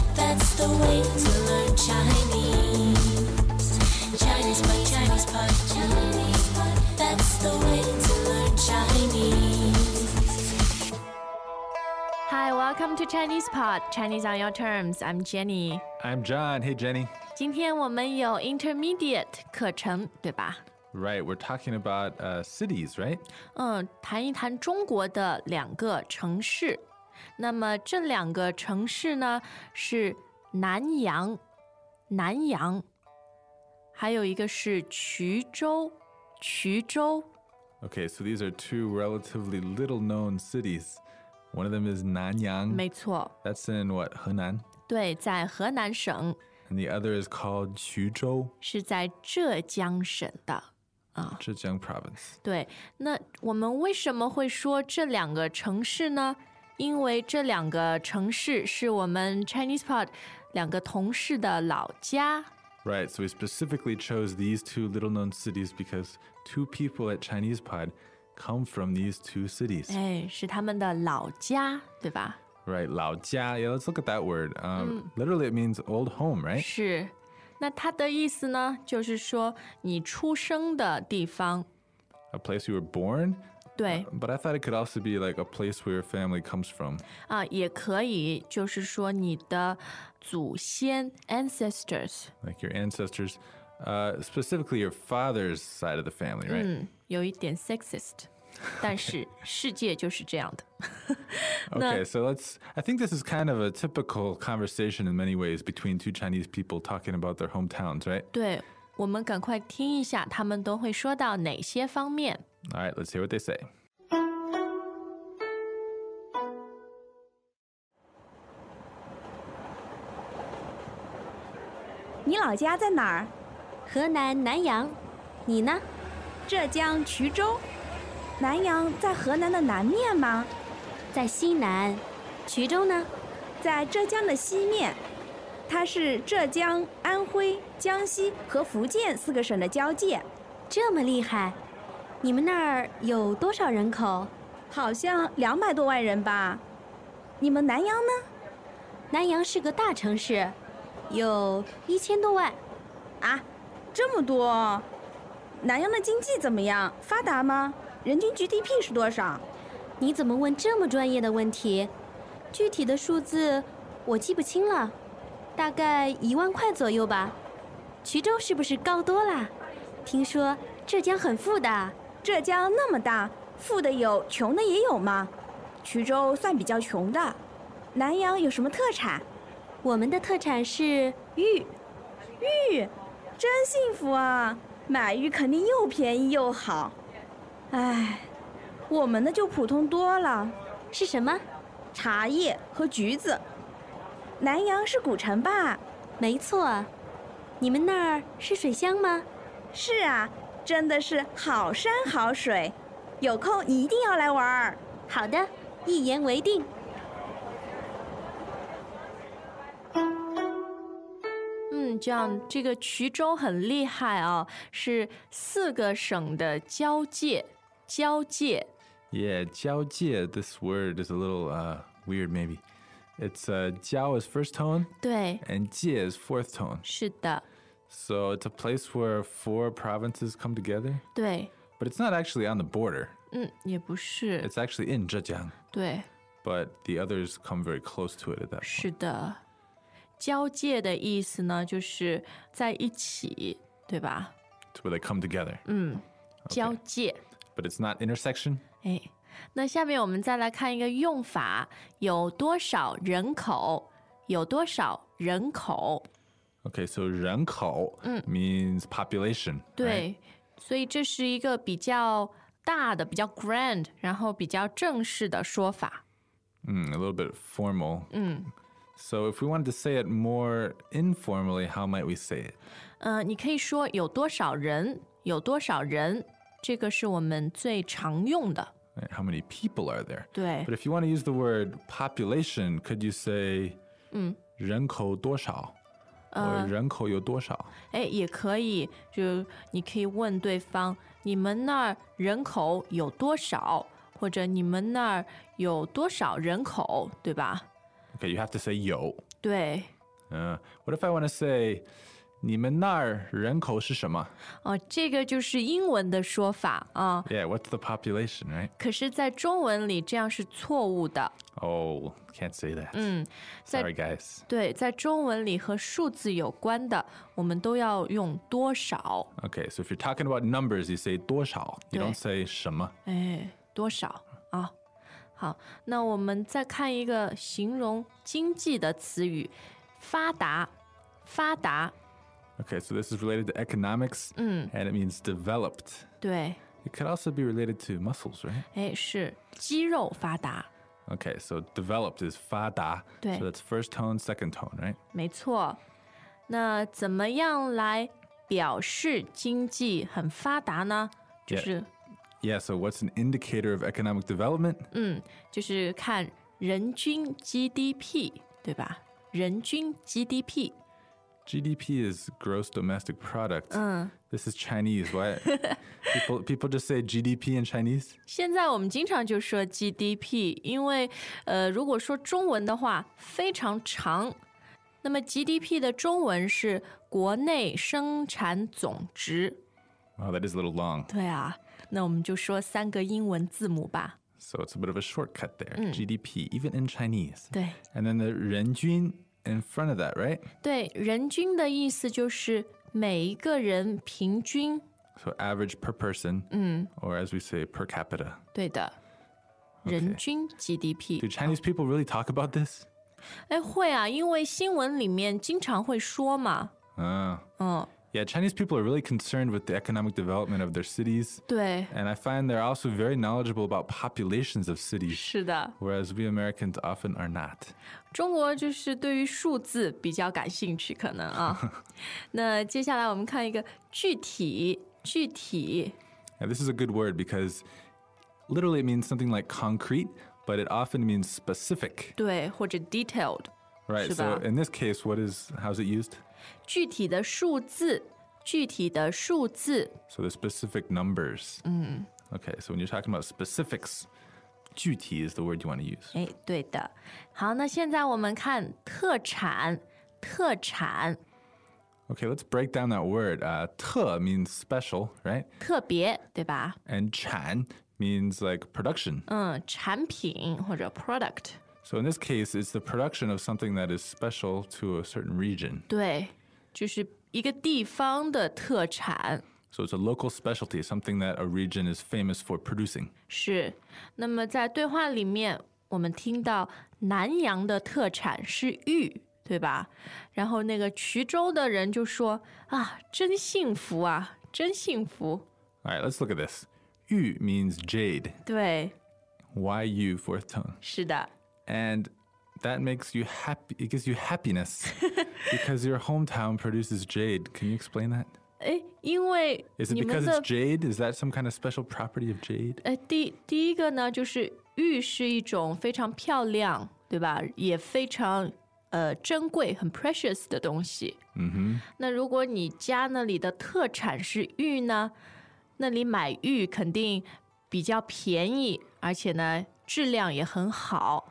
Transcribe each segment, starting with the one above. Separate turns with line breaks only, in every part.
a way to learn Chinese. Chinese pot, Chinese pot, Chinese pot. That's the way to learn Chinese.
Hi, welcome to Chinese Pod, Chinese on your terms. I'm Jenny.
I'm John. Hey, Jenny.
今天我们有 Intermediate 课程，对吧？
Right, we're talking about uh, cities, right?
嗯，谈一谈中国的两个城市。那么这两个城市呢是南阳，南阳，还有一个是衢州，衢州。
Okay, so these are two relatively little known cities. One of them is Nanyang.
没错，
That's in what, Henan?
对，在河南省，
And the other is called Xuzhou,
是在浙江省的。
Zhejiang province.
对，那我们为什么会说这两个城市呢？因为这两个城市是我们 Chinese Pod 两个同事的老家。
Right, so we specifically chose these two little known cities because two people at Chinese Pod come from these two cities.
哎，是他们的老家，对吧？
Right, Laojia. Yeah, let's look at that word. Um, Literally, it means old home, right?
是。那它的意思呢，就是说你出生的地方。
A place you were born.
对
But I thought it could also be like a place where your family comes from.
啊、也可以，就是说你的祖先 ancestors，
like your ancestors, uh, specifically your father's side of the family, right?
嗯，有一点 sexist，但是世界就是这样的。
Okay, so let's. I think this is kind of a typical conversation in many ways between two Chinese people talking about their hometowns, right?
对，我们赶快听一下，他们都会说到哪些方面。
All right, let's hear what they say.
你老家在哪儿？
河南南阳，你呢？
浙江衢州。南阳在河南的南面吗？
在西南，衢州呢？
在浙江的西面。它是浙江、安徽、江西和福建四个省的交界，
这么厉害，你们那儿有多少人口？
好像两百多万人吧。你们南阳呢？
南阳是个大城市，有一千多万。
啊，这么多哦！南阳的经济怎么样？发达吗？人均 GDP 是多少？
你怎么问这么专业的问题？具体的数字我记不清了，大概一万块左右吧。衢州是不是高多啦？听说浙江很富的。
浙江那么大，富的有，穷的也有嘛。衢州算比较穷的。南阳有什么特产？
我们的特产是玉，
玉，真幸福啊！买玉肯定又便宜又好。唉，我们的就普通多了，
是什么？
茶叶和橘子。南阳是古城吧？
没错，你们那儿是水乡吗？
是啊，真的是好山好水，有空你一定要来玩儿。
好的，一言为定。
嗯，这样这个衢州很厉害啊、是四个省的交界，交界。
Yeah, jiaojie, this word is a little uh, weird maybe. It's uh, jiao is first tone
对，
and jie is fourth tone.
是的，
So it's a place where four provinces come together,
对，
but it's not actually on the border.
嗯，也不是，
It's actually in Zhejiang,
对，
but the others come very close to it at that point.
是的。交界的意思呢，就是在一起，对吧？
It's where they come together.
嗯，交界。
But it's not intersection.
哎，那下面我们再来看一个用法，有多少人口？有多少人口？
Okay, so 人口 means population.
对，
right?
所以这是一个比较大的、比较 grand，然后比较正式的说法。
Mm, a little bit formal. So if we wanted to say it more informally, how might we say it?
呃，你可以说有多少人，有多少人，这个是我们最常用的。
Right, How many people are there?
对
But，if you want to use the word population, could you say 人口多少? or 人口有多少?
哎，也可以，就你可以问对方，你们那儿人口有多少，或者你们那儿有多少人口，对吧？
Okay, you have to say 有
对，
Uh, what if I want to say, 你们那儿人口是什么?
哦，这个就是英文的说法啊。
Yeah, what's the population, right?
可是，在中文里这样是错误的。
Oh, can't say that.
嗯，在
Sorry, guys.
对，在中文里和数字有关的，我们都要用多少。
Okay, so if you're talking about numbers, you say 多少, you
对。
don't say 什么.
哎，多少啊？好，那我们再看一个形容经济的词语，发达，发达。
Okay, so this is related to economics,
嗯，
and it means developed.
对，
It could also be related to muscles, right?
哎，是肌肉发达，
Okay, so developed is 发达.
对。
So that's first tone, second tone, right?
没错。那怎么样来表示经济很发达呢？就
Yeah
是
Yeah, so what's an indicator of economic development?
嗯，就是看人均 GDP，对吧？人均 GDP，
GDP is gross domestic product. This is Chinese. Why people people just say GDP in Chinese?
现在我们经常就说 GDP，因为呃，如果说中文的话非常长，那么 GDP 的中文是国内生产总值。
Wow, that is a little long.
对啊，那我们就说三个英文字母吧。
So it's a bit of a shortcut there. GDP, even in Chinese.
对
And then the renjun in front of that, right?
对，人均的意思就是每一个人平均。
So average per person, or as we say, per capita.
对的，人均 GDP。
Do Chinese people really talk about this?
哎，会啊，因为新闻里面经常会说嘛。
Uh,
嗯，
yeah, Chinese people are really concerned with the economic development of their cities.
对，
And I find they're also very knowledgeable about populations of cities,
是的，
whereas we Americans often are not.
中国就是对于数字比较感兴趣，可能啊。那接下来我们看一个具体，具体，
Now, this is a good word because literally it means something like concrete, but it often means specific.
对，或者 detailed，
Right. So
Shiba.
in this case, what is how's it used?
具体的数字，具体的数字，
So the specific numbers. Okay. So when you're talking about specifics, 具体 is the word you want to use.
哎，对的。好，那现在我们看特产，特产，
Okay. Let's break down that word. Uh, 特 means special, right?
特别，对吧？
And 产 means like production.
嗯，产品或者 product，
So in this case, it's the production of something that is special to a certain region.
对，就是一个地方的特产。
So it's a local specialty, something that a region is famous for producing.
是，那么在对话里面，我们听到南阳的特产是玉，对吧？然后那个衢州的人就说：“啊，真幸福啊，真幸福。
All right, let's look at this. Yu means jade. ”
对，
Y-U, fourth tone.
是的，
And that makes you happy. It gives you happiness because your hometown produces jade. Can you explain that?
哎，因为
Is it
你们
because
的
it's jade? Is that some kind of special property of jade?
呃，第第一个呢，就是玉是一种非常漂亮，对吧？也非常呃珍贵、很 precious 的东西。嗯哼。那如果你家那里的特产是玉呢，那里买玉肯定比较便宜，而且呢质量也很好，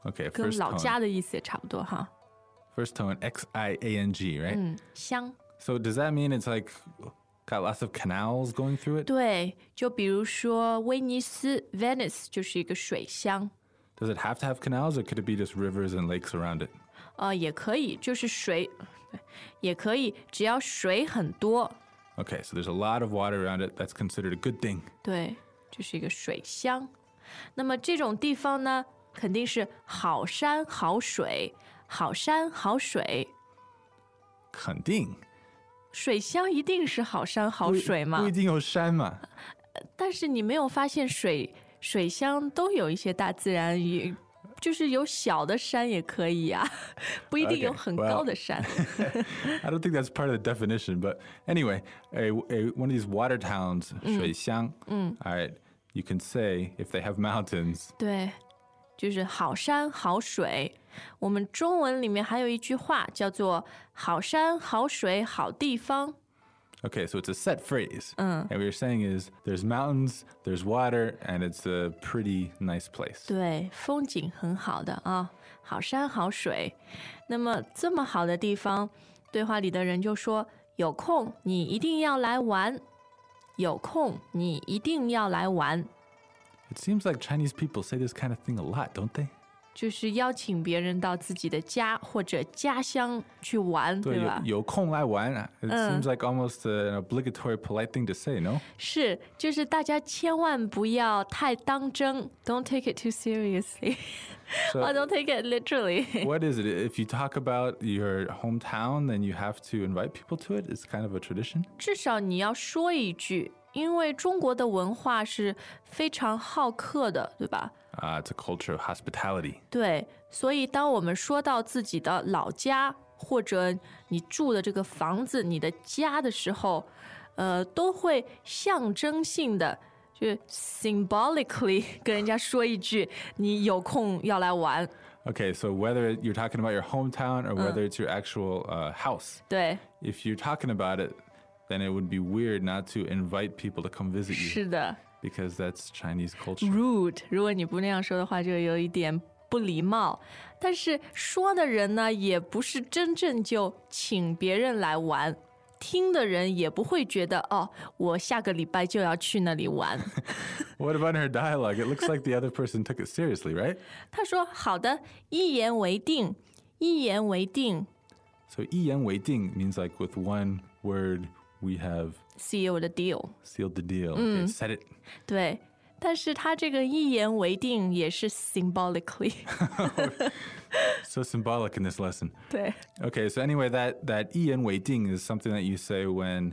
Okay,
跟
first
老家
tone.
的意思也差不多哈。
First tone X I A N G, right?
嗯，乡，
So does that mean it's like got lots of canals going through it?
对，就比如说威尼斯 （Venice） 就是一个水乡，
Does it have to have canals, or could it be just rivers and lakes around it?
呃，也可以，就是水，对也可以，只要水很多，
Okay, so there's a lot of water around it. That's considered a good thing.
对，就是一个水乡。那么这种地方呢，肯定是好山好水，好山好水，
肯定。
水乡一定是好山好水嘛。
不一定有山嘛。
但是你没有发现水水乡都有一些大自然也。就是有小的山也可以呀、不一定有
Okay,
很
well-
高的山。
I don't think that's part of the definition, but anyway, a, a, one of these water towns, Shuixiang, all right, you can say if they have mountains,
对，就是好山好水。我们中文里面还有一句话叫做“好山好水好地方
okay, so it's a set phrase. And what you're saying is there's mountains, there's water, and it's a pretty nice ”，place.
对，风景很好的啊，好山好水。那么这么好的地方，对话里的人就说：“有空你一定要来玩，有空你一定要来玩。
It seems like Chinese people say this kind of thing a lot, don't they? ”
就是邀请别人到自己的家或者家乡去玩，对吧？
对，有空来玩啊。It uh, seems like almost an obligatory polite thing to say, no?
是，就是大家千万不要太当真，Don't take it too seriously，
So-
or don't take it literally。
what is it? If you talk about your hometown, then you have to invite people to it. It's kind of a tradition.
至少你要说一句，因为中国的文化是非常好客的，对吧？
Uh, it's a culture of hospitality.
对，所以当我们说到自己的老家或者你住的这个房子、你的家的时候，呃，都会象征性的，就是 symbolically 跟人家说一句，你有空要来玩，
Okay, so whether you're talking about your hometown or whether it's your actual uh, house,
对。
if you're talking about it, then it would be weird not to invite people to come visit you
是的
because that's Chinese culture.
，rude。如果你不那样说的话，就有一点不礼貌。但是说的人呢，也不是真正就请别人来玩，听的人也不会觉得哦，我下个礼拜就要去那里玩。
What about her dialogue? It looks like the other person took it seriously, right?
他说：“好的，一言为定，一言为定。
So 一言为定 means like with one word we have
See you the deal。
sealed the deal. Okay, said it. ”
对。但是他这个一言为定也是 symbolically，
So symbolic in this lesson.
对
Okay, so anyway, that that 一言为定 is something that you say when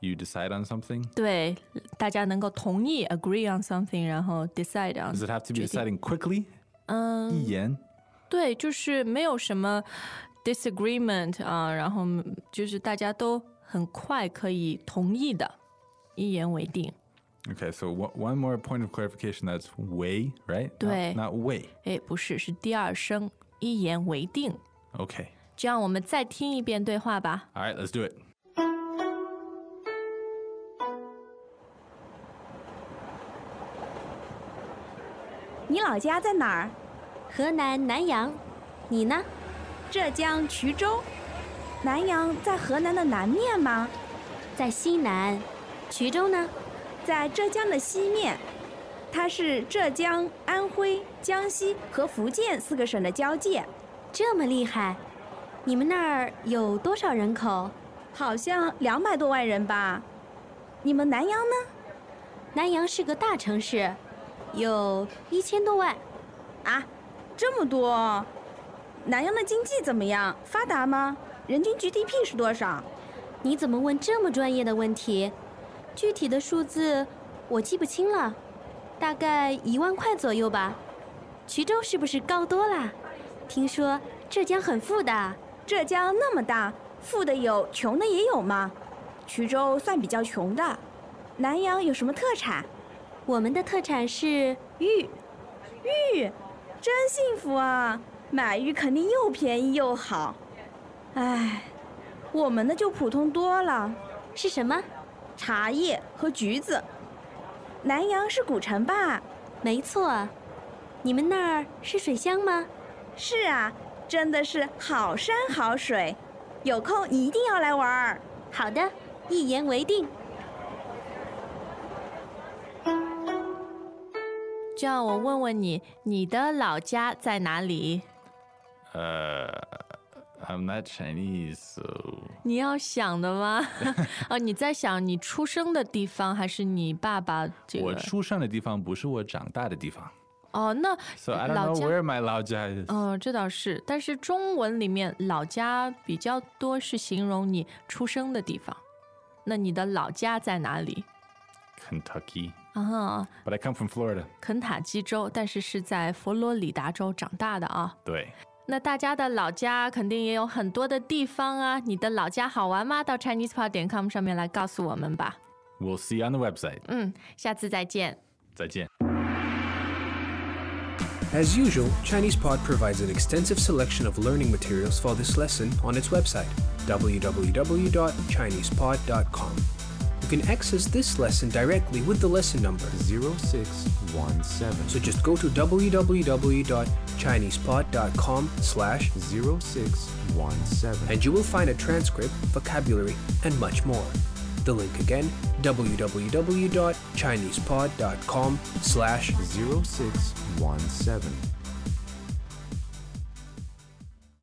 you decide on something.
对，大家能够同意 agree on something，然后 decide on
Does it have to be
决定
deciding quickly? E 一言
对，就是没有什么 disagreement 啊，然后就是大家都很快可以同意的，一言为定。
Okay, so wha- one more point of clarification. That's way, right?
Dui.
Not, not way.
哎，不是，是第二声，一言为定。
Okay.
这样我们再听一遍对话吧。
All right, let's do it.
你老家在哪儿？
河南南阳，你呢？
浙江衢州。南阳在河南的南面吗？
在西南，衢州呢？
在浙江的西面，它是浙江、安徽、江西和福建四个省的交界，
这么厉害，你们那儿有多少人口？
好像两百多万人吧。你们南阳呢？
南阳是个大城市，有一千多万。
啊，这么多！南阳的经济怎么样？发达吗？人均 GDP 是多少？
你怎么问这么专业的问题？具体的数字我记不清了，大概一万块左右吧。衢州是不是高多啦？听说浙江很富的，
浙江那么大，富的有，穷的也有嘛。衢州算比较穷的。南阳有什么特产？
我们的特产是玉。
玉，真幸福啊！买玉肯定又便宜又好。唉，我们的就普通多了，
是什么？
茶叶和橘子。南阳是古城吧？
没错，你们那儿是水乡吗？
是啊，真的是好山好水，有空你一定要来玩儿。
好的，一言为定。
这样我问问你，你的老家在哪里？
Uh, I'm not Chinese, so
你要想的吗？ 哦，你在想你出生的地方还是你爸爸这
我
个？
出生的地方不是我长大的地方
哦，那
So I don't
老
know
家。
where my 老家 is.
哦，这倒是，但是中文里面老家比较多是形容你出生的地方，那你的老家在哪里？
Kentucky.
啊，
But I come from Florida.
肯塔基州，但是是在佛罗里达州长大的啊。
对。
那大家的老家肯定也有很多的地方啊，你的老家好玩吗？到 ChinesePod 点 com 上面来告诉我们吧。
We'll see you on the website.
嗯，下次再见。
再见.
As usual, ChinesePod provides an extensive selection of learning materials for this lesson on its website, www.chinesepod.com. You can access this lesson directly with the lesson number,
0617
so just go to www.chinesepod.com slash
0617
and you will find a transcript, vocabulary, and much more. The link again, www.chinesepod.com slash
0617